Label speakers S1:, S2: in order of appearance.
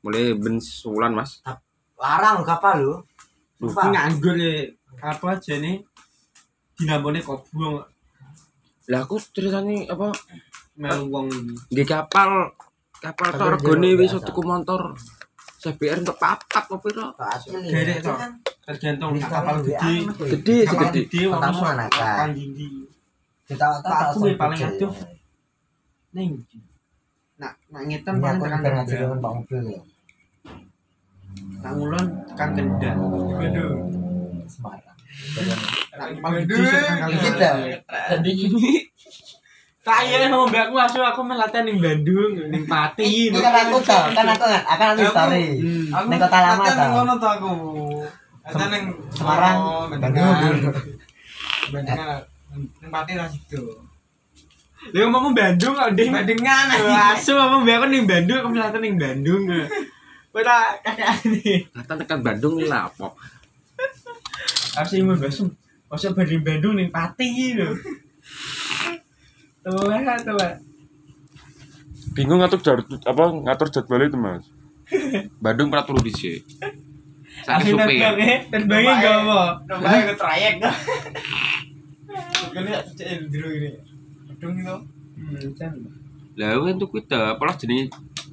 S1: Mulai ben sebulan, Mas.
S2: Larang kapal lu.
S1: Duh.
S2: Pak.
S3: nganggur le apa jane dinamone kobong
S1: Lah aku ceritane apa
S3: melu wong
S1: di
S3: iki.
S1: kapal kapal
S2: Tapi
S1: tok regone
S2: jero
S1: wis
S2: biasa.
S1: tuku motor CBR untuk papat apa pira.
S2: Asli.
S3: Derek,
S2: Itu
S3: Tok.
S2: kan
S3: tergantung
S2: beli
S3: kapal
S2: tangan
S3: gede
S2: WA, Mas,
S1: Gede sih
S3: kapal
S1: gede.
S3: gede wong
S2: Pertama
S3: iso
S2: anak, Kak.
S3: kan dindi
S2: Kita
S3: Pak,
S2: tak
S3: aku yang paling aduh. ning ndi? nak nak ngetan
S2: Ini
S3: paling
S2: aku
S3: tekan
S2: pengen ngaji
S3: Kendal.
S2: dengan Pak Mobil ya.
S3: nak ngulon tekan kendal aduh
S2: Semarang.
S3: nak kapal gede iso tekan kali
S2: Kita. Jadi
S3: tak iya kan ngombe aku asu aku melatihan ning Bandung ning Pati
S2: ini kan aku tau, kan aku kan akan
S3: Iya,
S2: aku story.
S4: Aku
S2: Ning kota lama
S4: latihan
S2: tau.
S4: ning ngono tuh aku. Latihan ning
S2: Semarang,
S4: Oh,
S2: Bandung.
S4: Bendengan. Bendengan. Ning Pati ra sido.
S3: Lha ngomong Bandung kok ndek
S4: Bendengan.
S3: asu ngomong mbak aku ning Bandung aku melatihan ning Bandung Ora kakak ini.
S1: Datang tekan Bandung iki lah apa?
S3: Harus imun basum. Masa bari Bandung ning Pati iki lho. Tuh, tuh.
S5: bingung ngatur jar apa ngatur jadwal itu mas
S1: Bandung pernah turu di sini. Sakit
S3: Akhirnya
S1: supe.
S3: terbangnya, terbangnya gak apa.
S4: Coba ke trayek dah. Gini cek dulu ini. Gedung itu.
S3: Hmm,
S1: Lah kan tuku ta, polos jenenge